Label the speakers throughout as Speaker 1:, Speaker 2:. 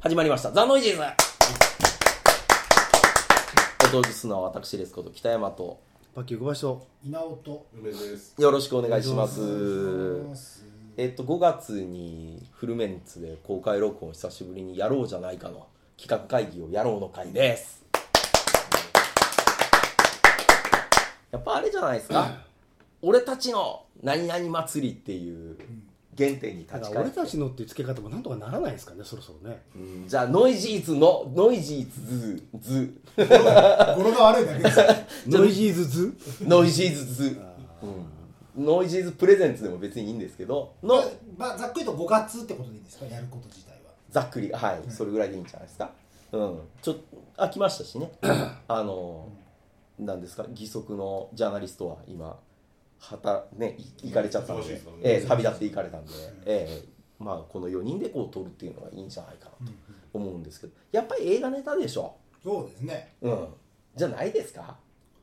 Speaker 1: 始まりました。ザ・ノイジーズお届けするのは私ですこと北山と
Speaker 2: パッキー小林と
Speaker 3: 稲尾と
Speaker 4: 梅です。
Speaker 1: よろしくお願いしま
Speaker 3: お願い
Speaker 1: す
Speaker 3: し。ます
Speaker 1: えっと、5月にフルメンツで公開録音を久しぶりにやろうじゃないかの企画会議をやろうの会です。やっぱあれじゃないですか。俺たちの何々祭りっていう原点に
Speaker 2: だ
Speaker 1: 立
Speaker 2: か
Speaker 1: ち返
Speaker 2: ら俺
Speaker 1: って
Speaker 2: た。ちのっていう付け方もなんとかならないですかねそろそろね
Speaker 1: うんじゃあ、ノイジーズの、ノイジーズズ、
Speaker 3: 語呂が悪いだけですよ
Speaker 2: ノイジーズズ
Speaker 1: ノイジーズズ、うんノイジーズプレゼンツでも別にいいんですけどの
Speaker 3: まあざっくりと5月ってことでいいんですかやること自体は
Speaker 1: ざっくりはい、それぐらいでいいんじゃないですかうんちょっと飽きましたし ねあのなんですか義足のジャーナリストは今はたねい行かれちゃったん
Speaker 4: 忙しい
Speaker 1: で、
Speaker 4: ですもんね
Speaker 1: ええ旅立って行かれたんで、ええまあこの4人でこう撮るっていうのがいいんじゃないかなと思うんですけどやっぱり映画ネタでしょ
Speaker 3: そうですね
Speaker 1: うんじゃないですか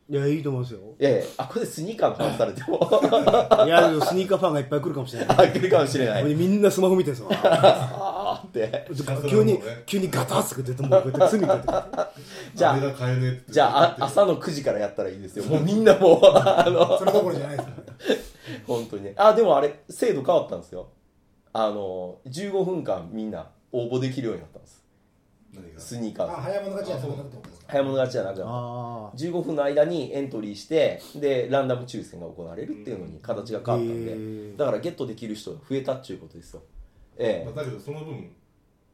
Speaker 2: いやいいと思いますよ
Speaker 1: ええあこれスニーカーの話されても
Speaker 2: いやでもスニーカーファンがいっぱい来るかもしれない
Speaker 1: あ来るかもしれない
Speaker 2: 俺みんなスマホ見てるんですわ
Speaker 1: あーって
Speaker 2: 急に
Speaker 4: そうだね
Speaker 2: 急にガタッつく出てもうこうやって罪か
Speaker 1: じゃあ
Speaker 4: あれが買えねえって。
Speaker 1: じゃああ朝の9時からやったらいいですよもうみんなもう あの
Speaker 3: それどころじゃないですよね
Speaker 1: 本当にねあでもあれ制度変わったんですよあの15分間みんな応募できるようになったんです
Speaker 4: 何が。
Speaker 1: スニーカ
Speaker 3: あ
Speaker 1: ーズ
Speaker 3: 早物勝ちはそうなるってことですか
Speaker 1: 早物勝ちじゃなくて
Speaker 2: ああ
Speaker 1: 15分の間にエントリーしてでランダム抽選が行われるっていうのに形が変わったんで、
Speaker 2: へー
Speaker 1: だからゲットできる人が増えたっちゅうことですよえ
Speaker 4: まあだけどその分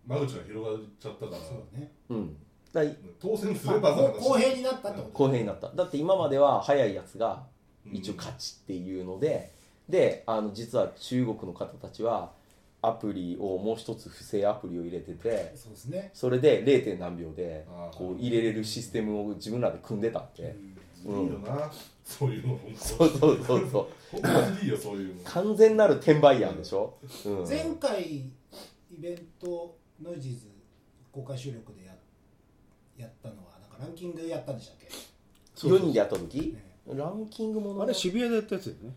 Speaker 4: 間口が広がっちゃったから、
Speaker 3: そうね
Speaker 1: えうんだから
Speaker 4: 当選す
Speaker 3: まあ
Speaker 4: れば
Speaker 3: こう公平になったってこと
Speaker 1: 公平になっただって今までは早いやつが一応勝ちっていうので、であの実は中国の方たちはアプリをもう一つ不正アプリを入れてて
Speaker 3: そうですね
Speaker 1: それで 0. 点何秒で
Speaker 4: あー
Speaker 1: こう入れれるシステムを自分らで組んでたって、
Speaker 4: いいよな。そういうの本
Speaker 1: そうそうそうそう
Speaker 4: 当。本当にいいよそういうの。
Speaker 1: 完全なる転売ヤーでしょ、うん、
Speaker 3: 前回イベントノイジーズ公開収録でややったのはなんかランキングやったんでしたっけ
Speaker 2: そう
Speaker 1: 4
Speaker 2: そう
Speaker 1: 人でやった時
Speaker 3: ね
Speaker 1: ランキングもの
Speaker 2: あれ渋谷でやったやつだよね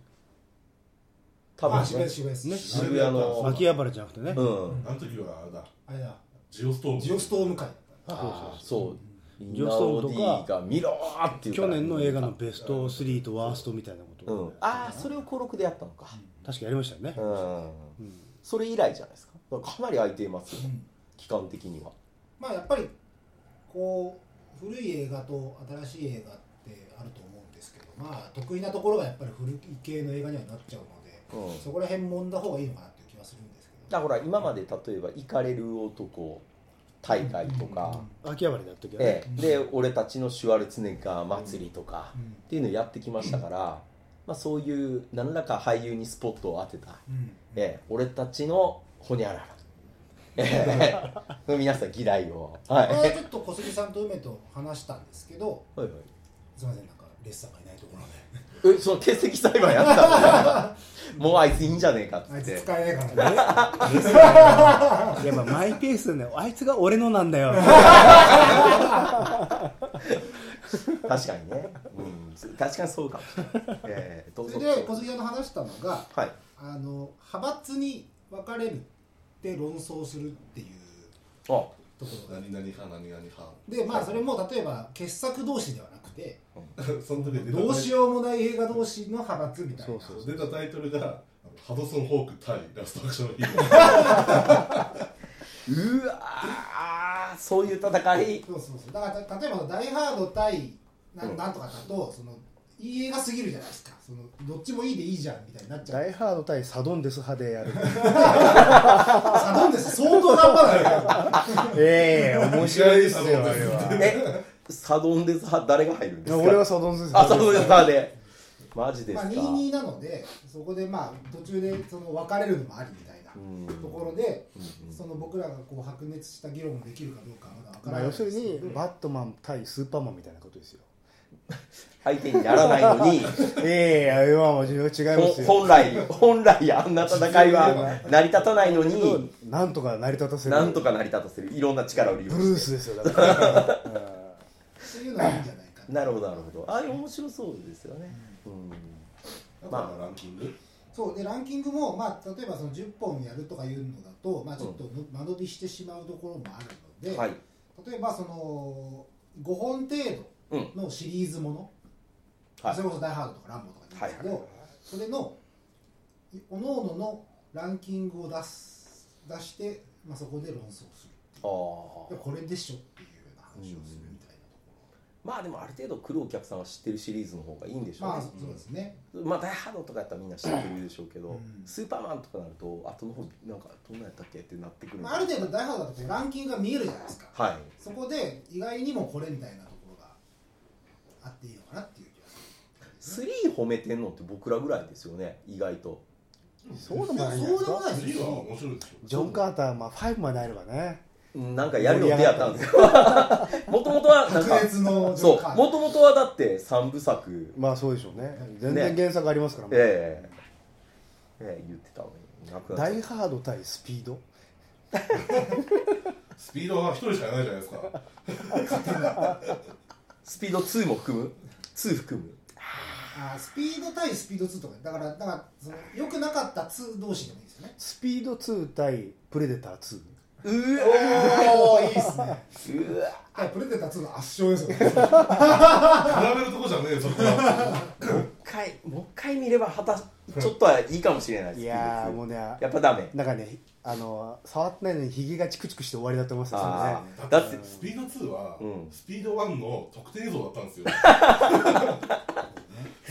Speaker 1: 多分
Speaker 3: あ渋
Speaker 1: ね
Speaker 3: 谷渋谷
Speaker 2: ね
Speaker 3: です
Speaker 1: 渋谷の
Speaker 2: 秋葉原じゃなくてね
Speaker 1: うん
Speaker 4: あの時はあれだ。
Speaker 3: あれだ
Speaker 4: ジオストーム。
Speaker 3: ジオストーム会
Speaker 1: ああそうイ
Speaker 2: ジョ
Speaker 1: ナ
Speaker 2: スト
Speaker 1: オ
Speaker 2: ームと
Speaker 1: D
Speaker 2: か
Speaker 1: が見ろーっていうか
Speaker 2: 去
Speaker 1: ら
Speaker 2: 年の映画のベスト3とワーストみたいなこと、
Speaker 1: うん、ああそれを登録でやったのか、
Speaker 2: 確かやりましたよね、
Speaker 1: うんそれ以来じゃないですかだからかなり空いていますよ、
Speaker 3: うん
Speaker 1: 期間的には
Speaker 3: まあやっぱりこう古い映画と新しい映画ってあると思うんですけどまあ得意なところがやっぱり古い系の映画にはなっちゃうので、
Speaker 1: うん
Speaker 3: そこら辺もんだ方がいいのかなっていう気はするんですけ
Speaker 1: だ
Speaker 3: ど
Speaker 1: から今まで例えば「イカれる男」大会とか、
Speaker 2: 秋葉原でやった時は
Speaker 1: え
Speaker 2: ね、
Speaker 1: えで俺たちのシュワルツェネッガー祭りとか、
Speaker 3: うん
Speaker 1: っていうのをやってきましたから、まあ、そういう何らか俳優にスポットを当てた、
Speaker 3: うん
Speaker 1: ええ俺たちのほにゃらら、ええ皆さん議題をはい、
Speaker 3: こ
Speaker 1: は
Speaker 3: れ
Speaker 1: い
Speaker 3: はちょっと小杉さんと梅と話したんですけど
Speaker 1: はい、
Speaker 3: すいませんなんかレッサーがいないところで
Speaker 1: えその欠席裁判やったのもうあいついいんじゃねえかっつ
Speaker 3: あい
Speaker 1: っ
Speaker 3: つ
Speaker 1: て
Speaker 3: 使えないからね
Speaker 2: いやっぱマイペースだよあいつが俺のなんだ よ
Speaker 1: 確かにね、うん、確かにそうかもしれない、えー、どう
Speaker 3: そ
Speaker 1: ぞ
Speaker 3: れで小杉さんと話したのが
Speaker 1: はい
Speaker 3: あの派閥に分かれるって論争するっていう
Speaker 1: あ
Speaker 3: ところが
Speaker 4: 何々派何々派。
Speaker 3: でまあそれも例えば傑作同士ではなくて
Speaker 4: その時出た
Speaker 3: どうしようもない映画同士の派閥みたいな
Speaker 4: う。出たタイトルがハドソンホーク対ラストアクションヒーロ
Speaker 1: うわーそういう戦い
Speaker 3: そうそうそうだからた例えば「ダイ・ハード」対ななんとかだとそのいい映画すぎるじゃないですかそのどっちもいいでいいじゃんみたいになっちゃ
Speaker 2: ダ
Speaker 3: う
Speaker 2: イハード対サドンデス派でやる
Speaker 3: サドンデス相当頑張らないから
Speaker 2: ええ面白いですよあれは
Speaker 1: えサドンデス派誰が入るんですか
Speaker 2: 俺はサドンデス
Speaker 1: あサドンデス
Speaker 2: 派
Speaker 1: 派でマジです
Speaker 3: ま
Speaker 1: か、
Speaker 3: あ22なのでそこでまあ途中でその分かれるのもありみたいなところでその僕らがこう白熱した議論できるかどうかまだ分か
Speaker 2: ま
Speaker 3: ら
Speaker 2: あ
Speaker 3: ない
Speaker 2: 要
Speaker 3: ですけ
Speaker 2: る
Speaker 3: ど
Speaker 2: にバットマン対スーパーマンみたいなことですよ
Speaker 1: 相手にならないのに
Speaker 2: ええあれはもう違います
Speaker 1: ほん本来本来あんな戦いは成り立たないのに
Speaker 2: なんとか成り立たせる
Speaker 1: なんとか成り立たせるいろんな力を利用
Speaker 2: ブル
Speaker 1: して
Speaker 2: ースですよだから
Speaker 3: そういうのはいいんじゃないかな
Speaker 1: なるほどなるほどあれ面白そうですよね、うん
Speaker 4: ー。まあランキング。
Speaker 3: そうでランキングも、まあ、例えばその10本やるとかいうのだと、まあ、ちょっとの間延びしてしまうところもあるので、
Speaker 1: はい
Speaker 3: 例えばその5本程
Speaker 1: うん
Speaker 3: 度のシリーズもの、
Speaker 1: はい
Speaker 3: それこそ「ダイ・ハード」とか「ランボ」とか言うんですけど、それのおのおののランキングを出す出して、まあ、そこで論争する
Speaker 1: あ
Speaker 3: で
Speaker 1: ー
Speaker 3: これでしょっていうような話をするみたいなところ、
Speaker 1: まあでもある程度来るお客さんは知ってるシリーズの方がいいんでしょうね
Speaker 3: まあそうですね、
Speaker 1: まあ、ダイハードとかやったらみんな知ってるでしょうけど、
Speaker 3: うん
Speaker 1: スーパーマンとかなると後の方なんかどんなんやったっけってなってくるんで
Speaker 3: まあ、ある程度「ダイ・ハード」だとこうランキングが見えるじゃないですか、
Speaker 1: はい
Speaker 3: そこで意外にもこれみたいなところがあっていいのかなっていう気がする。
Speaker 1: 3褒めてんのって僕らぐらいですよね意外と
Speaker 2: そうでもないんじゃない
Speaker 3: そう
Speaker 2: です
Speaker 3: でも
Speaker 2: か
Speaker 3: ないです
Speaker 4: 次は
Speaker 3: よ。
Speaker 4: 面白いでしょ
Speaker 2: ジョン・カーター、まあ、5まであればね
Speaker 1: なんかやる予定やったんですよもともとはなんか
Speaker 3: 白熱のジョ
Speaker 1: そ
Speaker 3: ンカー
Speaker 1: う
Speaker 3: ター
Speaker 1: もともとはだって3部作
Speaker 2: まあそうでしょうね全然原作ありますから、
Speaker 1: ええええ言ってたのになくなっ
Speaker 2: ダ
Speaker 1: ちゃ
Speaker 2: イ・
Speaker 1: っ
Speaker 2: ハード対スピード
Speaker 4: スピードは一人しかいないじゃないですか
Speaker 1: たスピード2も含む2含む
Speaker 3: あースピード対スピード2とかだからだからその良くなかった2同士でもいいですよね
Speaker 2: スピード2対プレデター2
Speaker 1: うわ
Speaker 3: おおいいですね
Speaker 1: うわ
Speaker 3: プレデター2の圧勝ですよね
Speaker 4: 比べるとこじゃねえよそこは
Speaker 1: もう一回もう一回見れば果たしちょっとはいいかもしれないです
Speaker 2: いや
Speaker 1: スピ
Speaker 2: ー
Speaker 1: ード2
Speaker 2: もうね
Speaker 1: やっぱダメ
Speaker 2: なんかねあの触ってないのにヒゲがチクチクして終わりだと思ってた
Speaker 1: あ
Speaker 2: んです
Speaker 1: あだって
Speaker 4: スピード2は、
Speaker 1: うん
Speaker 4: スピード1の特典映像だったんで すよ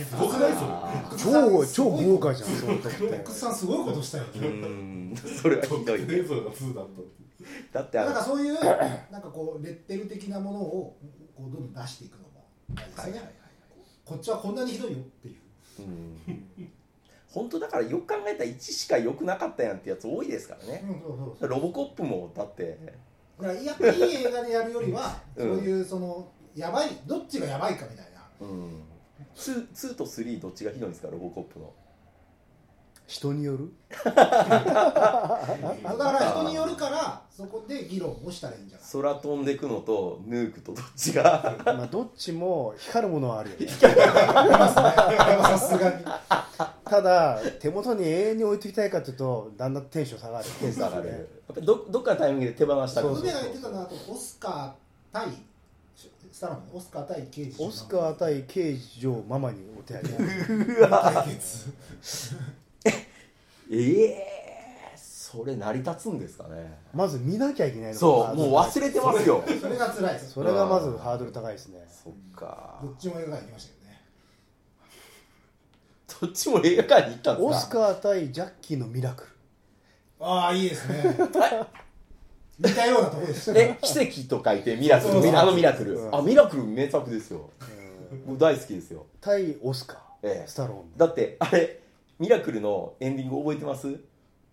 Speaker 4: すごくないそ
Speaker 1: あ
Speaker 4: れ
Speaker 2: よね超超豪華じゃんその時っ
Speaker 3: ロッ
Speaker 2: て
Speaker 3: クスさんすごいことしたよ
Speaker 1: う
Speaker 3: ね
Speaker 1: ーん それはひ
Speaker 4: 特
Speaker 1: ど
Speaker 4: 典
Speaker 1: い
Speaker 4: 映
Speaker 1: ね
Speaker 4: 像が2だったって
Speaker 1: だってあ
Speaker 3: なん
Speaker 1: の
Speaker 3: かそう いうなんかこうレッテル的なものをこうどんどん出していくのも大事ですね、こっちはこんなにひどいよっていう
Speaker 1: うん本当だからよく考えたら1しか良くなかったやんってやつ多いですからね
Speaker 3: うんそうそうそう
Speaker 1: ロボコップもだって
Speaker 3: だからいやいい映画でやるよりは、
Speaker 1: うん
Speaker 3: そういうそのやばいどっちがやばいかみたいな
Speaker 1: うん2, 2と3どっちがひどいんですかロボコップの
Speaker 2: 人による
Speaker 3: だから人によるからそこで議論をしたらいいんじゃない
Speaker 1: 空飛んでくのとヌークとどっちが
Speaker 2: まあどっちも光るものはあるよね
Speaker 3: さすがに
Speaker 2: ただ手元に永遠に置いておきたいかというとだんだんテンション下がる
Speaker 1: ペース上がるやっぱりどどっかのタイミングで手放したくなる
Speaker 3: 梅が言ってたのはあとオスカー対スタローンオスカー対刑事
Speaker 2: オスカー対刑事上ママにお手上げ
Speaker 3: 対決
Speaker 1: ええそれ成り立つんですかね
Speaker 2: まず見なきゃいけないの
Speaker 1: そうもう忘れてますよ
Speaker 3: それが辛いです
Speaker 2: それがまずハードル高いですね
Speaker 1: そっか
Speaker 3: どっちも映画館行きましたよね
Speaker 1: どっちも映画館に行ったんですか
Speaker 2: オスカー対ジャッキーのミラクル
Speaker 3: ああいいですね似たようなとこでした
Speaker 1: え奇跡と書いてミラクル
Speaker 3: そうそう
Speaker 1: あのミラクル、
Speaker 2: うん
Speaker 1: あミラクル名作ですよ僕大好きですよ
Speaker 2: 対オスカー、
Speaker 1: ええ
Speaker 2: スタローン
Speaker 1: だってあれミラクルのエンディング覚えてます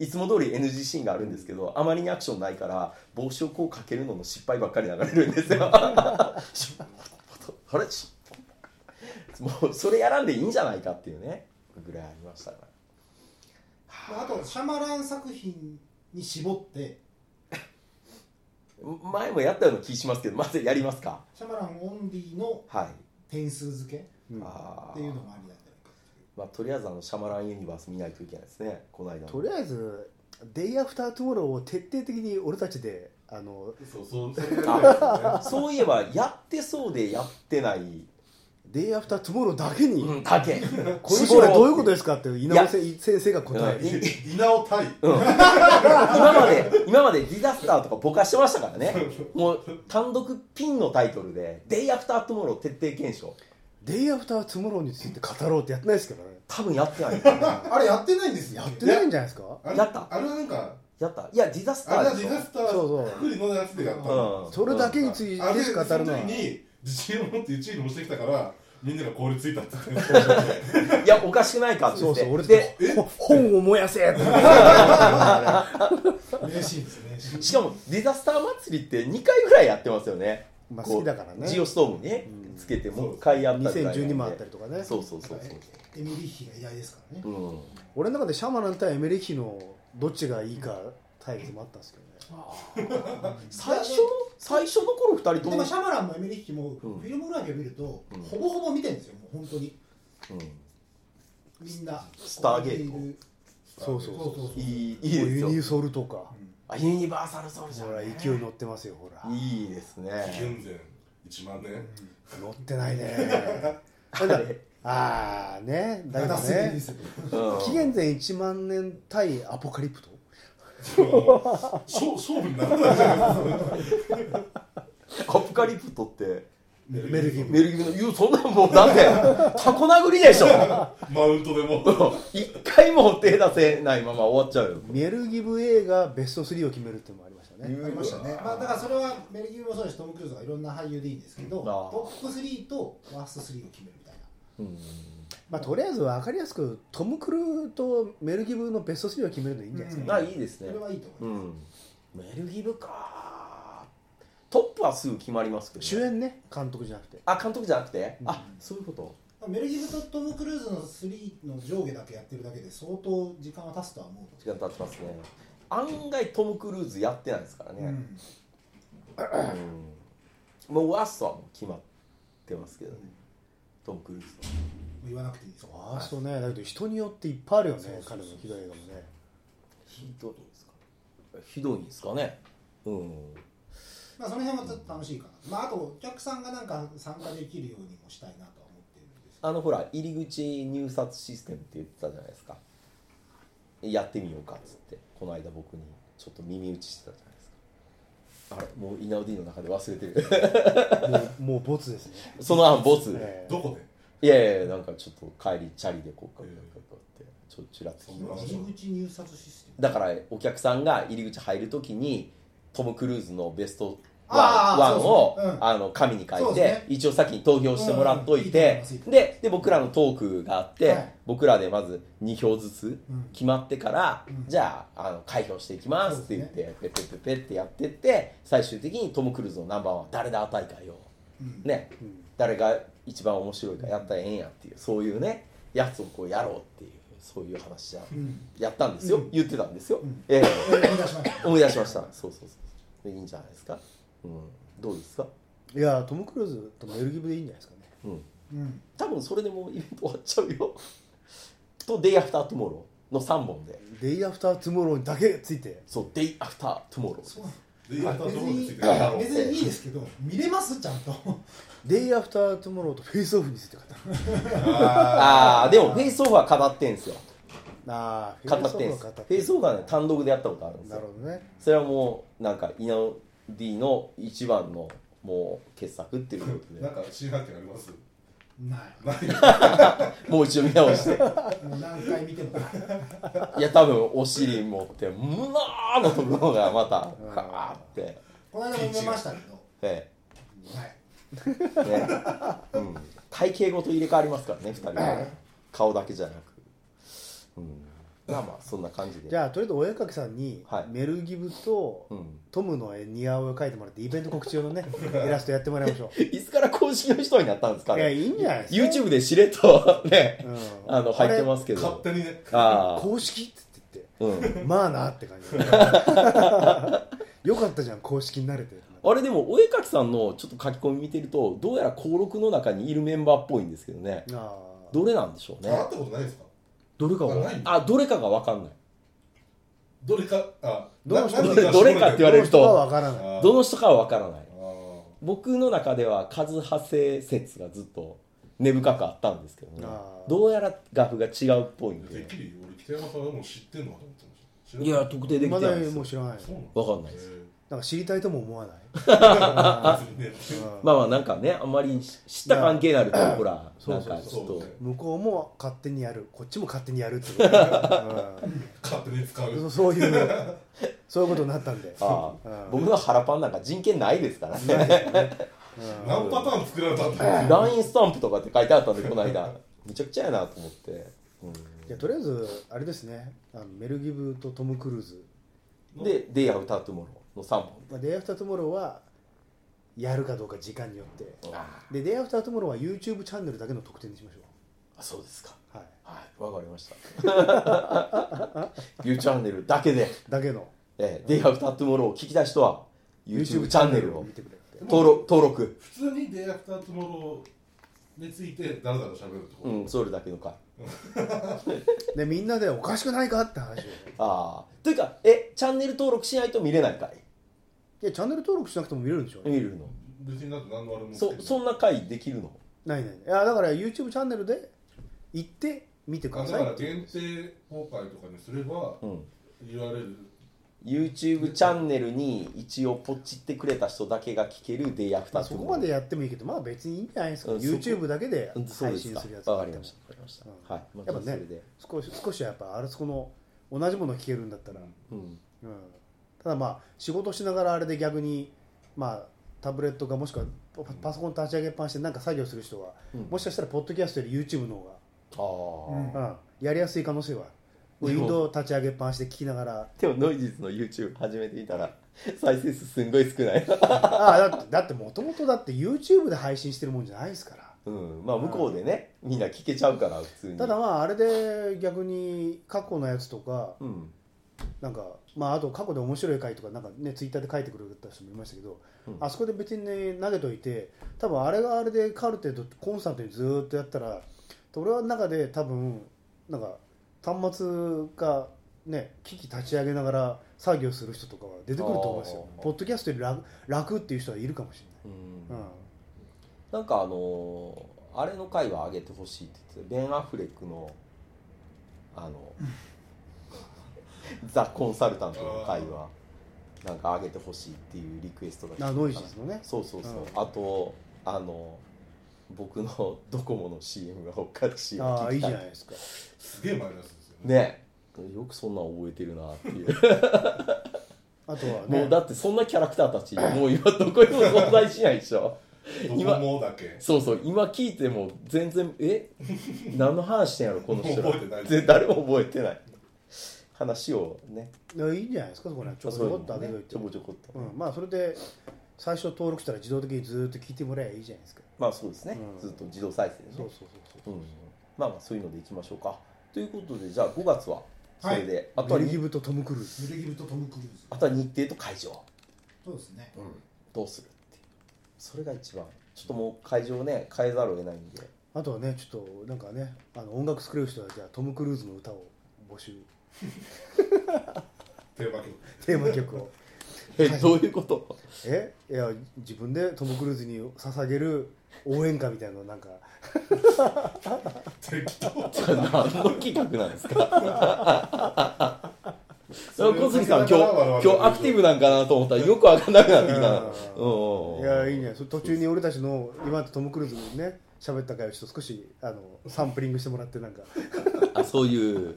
Speaker 1: いつも通り NG シーンがあるんですけどあまりにアクションないから帽子をこうかけるのの失敗ばっかり流れるんですよしあれしもうそれやらんでいいんじゃないかっていうねぐらいありましたから
Speaker 3: あとシャマラン作品に絞って
Speaker 1: 前もやったような気しますけどまずやりますか
Speaker 3: シャマランオンリーの
Speaker 1: はい
Speaker 3: 点数付け
Speaker 2: うん
Speaker 1: あー
Speaker 3: っていうのもありなんじゃないかっていう
Speaker 1: まあ、とりあえずあのシャマランユニバース見ないといけないですねこの間の
Speaker 2: とりあえず「デイ・アフター・トゥモロー」を徹底的に俺たちであの
Speaker 4: そうそうそれがね
Speaker 1: あそういえばやってそうでやってない、
Speaker 2: 「デイ・アフター・トゥモロー」だけに、
Speaker 1: うん、だけ
Speaker 2: この人はどういうこと
Speaker 1: で
Speaker 2: ですかって稲尾せ先生が答える、
Speaker 4: 稲尾対
Speaker 1: 今まで今までディザスターとかぼかしてましたからねもう単独ピンのタイトルで「デイアフタートゥモロー徹底検証
Speaker 2: デイ・アフター・トゥモローについて語ろうってやってないですけどね」
Speaker 1: 多分やってない
Speaker 3: あれやってないんですよ
Speaker 2: やってないんじゃないですか
Speaker 4: あれ
Speaker 1: やった
Speaker 4: あれはなんか
Speaker 1: やったいやディザスタ
Speaker 4: あれは
Speaker 1: ー
Speaker 4: デ
Speaker 1: でし
Speaker 4: ィ
Speaker 1: ょ
Speaker 4: ザスタ
Speaker 2: そうそう
Speaker 4: ーくくりのやつでやったの
Speaker 1: うん
Speaker 2: それだけについてし
Speaker 4: あれ
Speaker 2: か語るのは
Speaker 4: その時に自信を持って1位に押してきたからみんなが凍りついたって言って
Speaker 1: いやおかしくないかって言
Speaker 2: そ
Speaker 1: っ
Speaker 2: う
Speaker 1: て
Speaker 2: そう俺た
Speaker 1: で
Speaker 2: ちほ本を燃やせ って
Speaker 3: 名シーンですね
Speaker 1: しかもディザスター祭りって2回ぐらいやってますよね
Speaker 2: まあ
Speaker 1: こう
Speaker 2: 好きだからね
Speaker 1: ジオストームにねつけてもう一回やったぐらいなんで
Speaker 2: 2012もあったりとかね
Speaker 1: そうそうそうそう
Speaker 3: エミリッヒが偉大ですからね
Speaker 1: う、ん、
Speaker 2: 俺の中でシャマラン対エメリヒのどっちがいいか対決もあったんですけどね
Speaker 1: 最初の最初の頃二人と
Speaker 3: で
Speaker 1: も
Speaker 3: もシ、ャマランもエミリッヒも
Speaker 1: うん
Speaker 3: フィルムグラフィア見ると、
Speaker 1: うん
Speaker 3: ほぼほぼ見てるんですよもう本当に
Speaker 1: うん
Speaker 3: みんな
Speaker 1: スターゲート
Speaker 3: ここにいる
Speaker 2: そうそう
Speaker 3: そうそうそう
Speaker 1: いいいいです
Speaker 2: ユ
Speaker 1: よ
Speaker 2: ニソルとか
Speaker 1: あユニバーサルソルジャ
Speaker 2: ほら
Speaker 1: ー、ね、
Speaker 2: 勢い乗ってますよほら
Speaker 1: いいですね
Speaker 4: 現前1万年
Speaker 2: 乗ってない ねなんだああねだけど
Speaker 3: 長すぎで
Speaker 2: ね
Speaker 3: すよ
Speaker 1: うん
Speaker 2: 紀元前1万年対アポカリプト
Speaker 4: 勝勝負にならないじゃないですか
Speaker 1: アプカリプトって
Speaker 2: メルギブ
Speaker 1: メルギブの言うそんなんもうだってタコ殴りでしょ
Speaker 4: マウントでも
Speaker 1: 一回も手出せないまま終わっちゃうよ
Speaker 2: メルギブ映画ベスト3を決めるっていうのもありましたね
Speaker 3: ありましたね、まあ、だからそれはメルギブもそうだしトム・クルーズとかいろんな俳優でいいんですけど
Speaker 1: ああ
Speaker 3: トップ3とワースト3を決めるみたいな
Speaker 1: うん
Speaker 2: まあとりあえず分かりやすくトム・クルーとメルギブのベスト3を決めるのいいんじゃないですか、
Speaker 1: あいいですね
Speaker 3: それはいいと
Speaker 1: う
Speaker 3: 思います、
Speaker 1: んメルギブかトップはすぐ決まりますけどね、
Speaker 2: 主演ね監督じゃなくて
Speaker 1: あ監督じゃなくて、あそういうこと
Speaker 3: まあメルギブとトム・クルーズの3の上下だけやってるだけで相当時間は経つとは思うの
Speaker 1: 時間経ってますね案外トム・クルーズやってないですから
Speaker 3: う
Speaker 1: ね、
Speaker 3: ん
Speaker 1: うんもうワーストはもう決まってますけどねトム・クルーズは
Speaker 3: 言わなくていいです
Speaker 2: ああそうねだけど人によっていっぱいあるよね
Speaker 3: そうそうそ
Speaker 2: 彼
Speaker 3: う
Speaker 2: のひどい映画もね
Speaker 1: ひどいんですかひどいんですかねうん
Speaker 3: まあその辺はちょっと楽しいかな、まあ、あとお客さんがなんか参加できるようにもしたいなとは思ってるんです
Speaker 1: あのほら入り口入札システムって言ってたじゃないですかやってみようかっつってこの間僕にちょっと耳打ちしてたじゃないですかあれもうイナウディの中で忘れてる
Speaker 2: もうもうボツですね、
Speaker 1: その案ボツ、
Speaker 2: ええ
Speaker 4: どこで
Speaker 1: いやいやなんかちょっと帰りチャリでこうかこうかこうかってちょっとちらっと聞い
Speaker 4: うん
Speaker 1: て
Speaker 3: 入り口入札システム
Speaker 1: だからお客さんが入り口入るときにトム・クルーズのベストワン
Speaker 3: あー
Speaker 1: ワンを
Speaker 3: そうそううん
Speaker 1: あの紙に書
Speaker 3: そ
Speaker 1: いうて、
Speaker 3: ですね
Speaker 1: 一応先に投票してもらっとい
Speaker 3: うんうんいい
Speaker 1: て
Speaker 3: と思いますいいと思いま
Speaker 1: で
Speaker 3: す
Speaker 1: で僕らのトークがあって、
Speaker 3: はい
Speaker 1: 僕らでまず2票ずつ
Speaker 3: うん
Speaker 1: 決まってから、
Speaker 3: うん
Speaker 1: じゃああの開票していきますって言って、ペッペッペッペッってやってって最終的にトム・クルーズのナンバーワン誰だ大会を、
Speaker 3: うん
Speaker 1: ね
Speaker 2: うん
Speaker 1: 誰が一番面白いかやったらええんやっていうそういうねやつをこうやろうっていうそういう話じゃん
Speaker 3: うん
Speaker 1: やったんですよ、
Speaker 3: うん
Speaker 1: 言ってたんですよ、
Speaker 3: うん
Speaker 1: ええ
Speaker 3: えー思い出しました
Speaker 1: 思い出しましたそうそうそうでいいんじゃないですか、うん、どうですか、
Speaker 2: いやトム・クルーズとメルギブでいいんじゃないですかね
Speaker 1: うん、
Speaker 3: うん
Speaker 1: 多分それでもうイベント終わっちゃうよ と「デイ・アフター・トゥモロー」の3本で
Speaker 2: デイ・アフター・トゥモローにだけついて
Speaker 1: そう「デイ・アフター・トゥモロ
Speaker 3: そ
Speaker 1: ー
Speaker 3: う」
Speaker 4: でやったら
Speaker 3: 別
Speaker 4: どこでつ
Speaker 3: に
Speaker 4: いてくるだろう
Speaker 3: 別にいいですけど見れますちゃんと
Speaker 2: デイ・アフター・トゥモローとフェイス・オフについて語る
Speaker 1: ああでもフェイスオフは語ってんすよ
Speaker 2: あ
Speaker 1: 語
Speaker 2: あ
Speaker 1: ってんすフェイスオフはね単独でやったことあるんです
Speaker 2: なる
Speaker 1: よ
Speaker 2: ほどね
Speaker 1: それはもうなんかイナオディの一番のもう傑作っていうこと
Speaker 4: な
Speaker 1: で
Speaker 4: んか新発見あります
Speaker 3: な
Speaker 1: もう一度見直して
Speaker 3: いもう何回見てもない
Speaker 1: いや多分お尻持って「むなー」のところがまたカーって
Speaker 3: この間も見ましたけど
Speaker 1: え
Speaker 3: はい
Speaker 1: えね、うん、体型ごと入れ替わりますからね2人はね顔だけじゃなく、うん、まあまあそんな感じで
Speaker 2: じゃあとりあえずお絵かきさんに、
Speaker 1: はい
Speaker 2: メルギブと、
Speaker 1: うん、
Speaker 2: トムの絵似顔絵を描いてもらってイベント告知用の ねイラストやってもらいましょう
Speaker 1: いつから公式の人になったんですか
Speaker 2: いや
Speaker 1: ね
Speaker 2: いいんじゃないですか
Speaker 1: YouTube でしれっとね
Speaker 2: うん
Speaker 1: あの入ってますけ
Speaker 4: 勝
Speaker 1: ど
Speaker 4: 手にね
Speaker 1: あ
Speaker 2: 公式って言っ
Speaker 1: あ、うん、
Speaker 2: てまあなって 感じよかったじゃん公式になれて
Speaker 1: あれでもお絵かきさんのちょっと書き込み見てるとどうやら登録の中にいるメンバーっぽいんですけどね
Speaker 2: あー
Speaker 1: どれなんでしょうね
Speaker 4: 会ったことないですか
Speaker 1: どれか
Speaker 4: あ
Speaker 1: は
Speaker 4: ない
Speaker 1: あどれかが分かんない
Speaker 4: どれかあ
Speaker 2: どの人
Speaker 4: な何絞れ
Speaker 1: どれかって言われ
Speaker 2: どの
Speaker 1: る
Speaker 2: 人
Speaker 1: と
Speaker 2: はわからない
Speaker 4: あー
Speaker 1: どの人かは分からない
Speaker 4: あー
Speaker 1: 僕の中では数派生説がずっと根深くあったんですけどね
Speaker 2: あー
Speaker 1: どうやら楽譜が違うっぽいん
Speaker 4: てっ
Speaker 1: で
Speaker 4: きり俺北山さんはもう知ってんのかと思ってました
Speaker 1: いや特定でき
Speaker 2: ま
Speaker 1: て
Speaker 2: だ
Speaker 1: ないです
Speaker 2: もう知らない
Speaker 4: そうなん
Speaker 1: わかんないです
Speaker 2: なんか知りたいとも思 わないあ
Speaker 4: あ別にね
Speaker 2: ーうん
Speaker 1: まあまあなんかねあんまり知った関係になるとほら
Speaker 2: そ
Speaker 1: な
Speaker 2: うんそうそ
Speaker 1: か
Speaker 2: う
Speaker 1: ちょっ
Speaker 4: そう
Speaker 1: と
Speaker 4: ね
Speaker 2: 向こうも勝手にやるこっちも勝手にやるってことだ、
Speaker 4: 勝手に使
Speaker 2: うん そううそういうそういうことになったんで
Speaker 1: あ
Speaker 2: う
Speaker 1: あ
Speaker 2: ん
Speaker 1: 僕の腹パンなんか人権ないですから ね
Speaker 2: うん
Speaker 4: 何パターン作られたんだ
Speaker 1: LINE スタンプとかって書いてあったんでこの間むちゃくちゃやなと思って
Speaker 2: いやとりあえずあれですねあのメルギブとトム・クルーズ、
Speaker 1: うんで「Day After Tomorrow」の3本
Speaker 2: まあ、デイ・アフター・トゥモローはやるかどうか時間によってでデイ・アフター・トゥモローは YouTube チャンネルだけの特典にしましょ
Speaker 1: あそうですか
Speaker 2: う、はい、
Speaker 1: はいわかりました U チャンネルだけで
Speaker 2: だけの
Speaker 1: えー、デイアフタートゥモローを聞きたい人は YouTube チャンネルを
Speaker 2: 見てくれって
Speaker 1: 登録登録
Speaker 4: 普通にデイアフタートゥモローについてだらだら喋ると
Speaker 1: う
Speaker 4: こ
Speaker 1: んそれだけの回
Speaker 2: でみんなでおかしくないかって話を
Speaker 1: ああというかえチャンネル登録しないと見れないかい
Speaker 2: いやチャンネル登録しなくても見れるんでしょうね
Speaker 1: 見るの
Speaker 4: 別になんか何のあれも
Speaker 1: そそんな回できるの
Speaker 2: ないないいやだから YouTube チャンネルで行って見てく
Speaker 4: あ
Speaker 2: だ
Speaker 4: だ
Speaker 2: さ
Speaker 4: か
Speaker 2: い
Speaker 4: ら
Speaker 2: っていう
Speaker 4: 限定公開とかにすれば
Speaker 1: うん
Speaker 4: URL
Speaker 1: YouTube チャンネルに一応ポチってくれた人だけが聞けるデイアフター
Speaker 2: そこまでやってもいいけどまあ別にいいんじゃないですか
Speaker 1: うんそこ
Speaker 2: YouTube だけで
Speaker 1: うんそう
Speaker 2: 配
Speaker 1: です
Speaker 2: 信
Speaker 1: か
Speaker 2: するやつ
Speaker 1: わ
Speaker 2: があ
Speaker 1: かり
Speaker 2: って
Speaker 1: ま
Speaker 2: も
Speaker 1: したわかりました、
Speaker 2: うん
Speaker 1: はい、まあ
Speaker 2: やっぱ
Speaker 1: それ
Speaker 2: ね
Speaker 1: で
Speaker 2: 少し少しはやっぱあれそこの同じもの聞けるんだったら、
Speaker 1: うん
Speaker 2: うん、ただまあ仕事しながらあれで逆にまあタブレットがもしくはパパソコン立ち上げっぱなしでなんか作業する人は、
Speaker 1: うん
Speaker 2: もしかしたらポッドキャストより YouTube の
Speaker 1: ああ、
Speaker 3: うん
Speaker 2: 方が、うん、やりやすい可能性はウィンドウ立ち上げっぱなしで聞きながら
Speaker 1: でもノイジーズの YouTube 始めてみたら再生数すんごい少ない
Speaker 2: ああだってだってもともとだって YouTube で配信してるもんじゃないですから
Speaker 1: うんまあ向こうでねみんな聞けちゃうから普通に
Speaker 2: ただまああれで逆に過去のやつとか
Speaker 1: うん
Speaker 2: なんかまああと過去で面白い回とかなんかねツイッターで書いてくれた人もいましたけど、
Speaker 1: うん
Speaker 2: あそこで別にね投げといて多分あれがあれでカルテとコンスタントにずーっとやったら俺は中で多分なんか端末がね機器立ち上げながら作業する人とかは出てくると思うんですよ
Speaker 1: あー
Speaker 2: ポッドキャストより楽楽っていう人はいるかもし
Speaker 1: う
Speaker 2: れない、
Speaker 1: ん
Speaker 2: うん、
Speaker 1: なんかあのーあれの回は上げてほしいって言ってたベン・アフレックのあの ザ・コンサルタントの回はなんか上げてほしいっていうリクエストが来て
Speaker 2: あ
Speaker 1: た
Speaker 2: ノイジーズのね
Speaker 1: そうそうそう、
Speaker 2: うん
Speaker 1: あとあの僕の ドコモの CM が北海道 CM
Speaker 2: ああいいじゃ
Speaker 1: い
Speaker 2: ないですか
Speaker 4: すげえマイナスですよね
Speaker 1: ねよくそんなん覚えてるなっていう、
Speaker 2: あとは ね
Speaker 1: もうだってそんなキャラクターたちもう今どこにも存在しないでしょ
Speaker 4: ど
Speaker 1: 今
Speaker 4: こもだけ
Speaker 1: そうそう今聞いても全然え 何の話してんやろこの人ら
Speaker 4: もう覚えてない
Speaker 1: ぜ誰も覚えてない話をね
Speaker 2: いやいいんじゃないですかそこらちょこちょこっと上げといて
Speaker 1: ちょこちょこっと、
Speaker 2: うん、まあそれで最初登録したら自動的にずーっと聞いてもらえばいいじゃないですか
Speaker 1: まあそうですね、
Speaker 2: うん
Speaker 1: ずっと自動再生でね
Speaker 2: そうそうそう
Speaker 1: うんうん、まあまあそういうのでいきましょうかということでじゃあ5月はそれで、あと
Speaker 2: そ
Speaker 1: は
Speaker 2: うベルギ
Speaker 1: に
Speaker 2: ブとトム・クルーズ
Speaker 3: ベルギブとトム・クルーズ
Speaker 1: あとは日程と会場
Speaker 3: そうですね
Speaker 1: どうするっていうそれが一番ちょっともう会場をね変えざるを得ないんで
Speaker 2: あとはねちょっとなんかねあの音楽作れる人はじゃあトム・クルーズの歌を募集
Speaker 4: テーマ曲
Speaker 2: テーマ曲 を
Speaker 1: えどういうこと
Speaker 2: えいや自分でトム・クルーズに捧げる応援歌みたいなのなんか
Speaker 4: 適当
Speaker 1: それ何の企画なんですか
Speaker 4: それ
Speaker 1: 小
Speaker 4: を
Speaker 1: 杉さん
Speaker 4: かけなが
Speaker 1: 今
Speaker 4: ら我々
Speaker 1: 日今日アクティブなんかなと思ったらよく分かんなくなってきたなうん
Speaker 2: いやいいんじゃないそれ途中に俺たちの今までトム・クルーズのね喋った回をちょっと少しあのサンプリングしてもらって なんか
Speaker 1: あそういう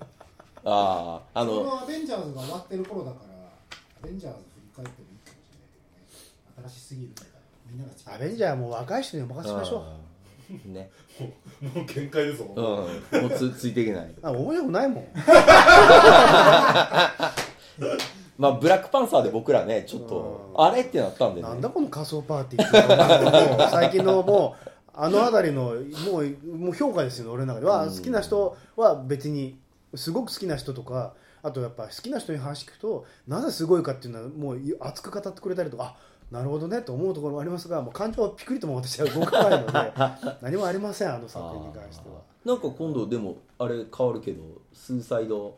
Speaker 1: あああ
Speaker 3: そ
Speaker 1: の
Speaker 3: のアベンジャーズが終わってる頃だからアベンジャーズ振り返ってもいいかもしれないけどね新しすぎるからみんなが
Speaker 2: アベン
Speaker 3: ャー
Speaker 2: ジャーもう若い人にお任せしましょう
Speaker 1: うんね
Speaker 4: もうもう限界ですもん、
Speaker 1: うんもうつついていけない
Speaker 2: あ面白くないもん
Speaker 1: まあブラックパンサーで僕らねちょっと
Speaker 2: うん
Speaker 1: あれってなったんでね
Speaker 2: なんだこの仮想パーティーってもう最近のもうあの辺りのもうもう評価ですよね俺の中では
Speaker 1: うん
Speaker 2: 好きな人は別にすごく好きな人とかあとやっぱ好きな人に話聞くとなぜすごいかっていうのはもう熱く語ってくれたりとかあなるほどねと思うところもありますがもう感情はピクリとも私は動かないの で何もありませんあの作品に関しては。
Speaker 1: なんか今度でもあれ変わるけどスーサイド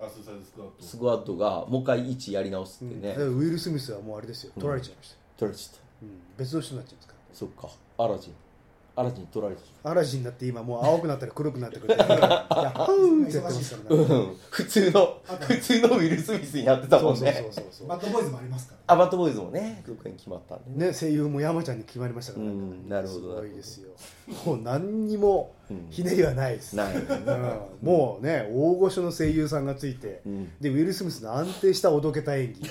Speaker 4: アスサイズスクワット
Speaker 1: スクワットがもう一回1やり直す
Speaker 2: う
Speaker 1: って
Speaker 2: ん
Speaker 1: ね、
Speaker 2: ウィル・スミスはもうあれですよ取られちゃいました、
Speaker 1: 取られちゃっ
Speaker 2: うん別の人になっちゃうんですか
Speaker 1: たそっかアラジンアラジン取られちゃった
Speaker 2: ら嵐になって今もう青くなったり黒くなってくれていや ハーンってやってますからね
Speaker 1: うん普通の普通のウィル・スミスになってたもんね
Speaker 2: そうそうそうそ
Speaker 3: バッドボーイズもありますから
Speaker 1: アバットボーイズもねどこに決まったんで
Speaker 2: う。ね、声優も山ちゃんに決まりましたから、
Speaker 1: うんなるほど
Speaker 2: すごいですよ。もう何にもひねりはないです。
Speaker 1: ないよね
Speaker 2: うんもうね、大御所の声優さんがついて、
Speaker 1: うん
Speaker 2: でウィル・スミスの安定したおどけた演技、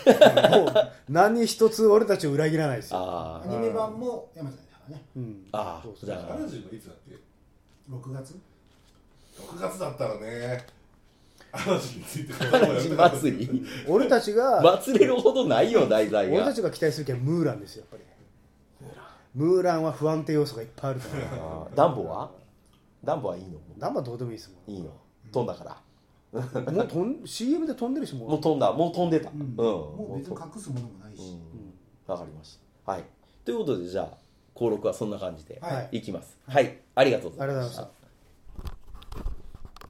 Speaker 2: もう何一つ俺たちを裏切らないですよ。
Speaker 1: あ
Speaker 3: ア
Speaker 1: ー
Speaker 3: ニメ版も山ちゃんだからね
Speaker 2: うん、
Speaker 1: あー
Speaker 2: そうそう
Speaker 1: じゃ
Speaker 4: アラジンはいつだっけ
Speaker 3: 6月
Speaker 4: 6月だったらねアラジンについて
Speaker 1: アラジン祭り
Speaker 2: 俺たちが、
Speaker 1: 祭れるほどないよ題材
Speaker 2: 俺
Speaker 1: が
Speaker 2: たちが期待するきはムーランですよ、やっぱり。ムーランは不安定要素がいっぱいあるから、
Speaker 1: あーダンボはダンボはいいの
Speaker 2: 生どうでもいいですもん。
Speaker 1: いいの飛んだから
Speaker 2: もうとん CM で飛んでるし、もう
Speaker 1: もう飛んだもう飛んでたうん
Speaker 3: もう別に
Speaker 1: も
Speaker 3: 隠すものもないうし、
Speaker 1: うんわかりましたはいということでじゃあ登録はそんな感じで
Speaker 2: はい
Speaker 1: いきますはいありがとうござ
Speaker 2: あ
Speaker 1: い
Speaker 2: りがと
Speaker 1: ま
Speaker 2: うございま
Speaker 1: し
Speaker 2: したた。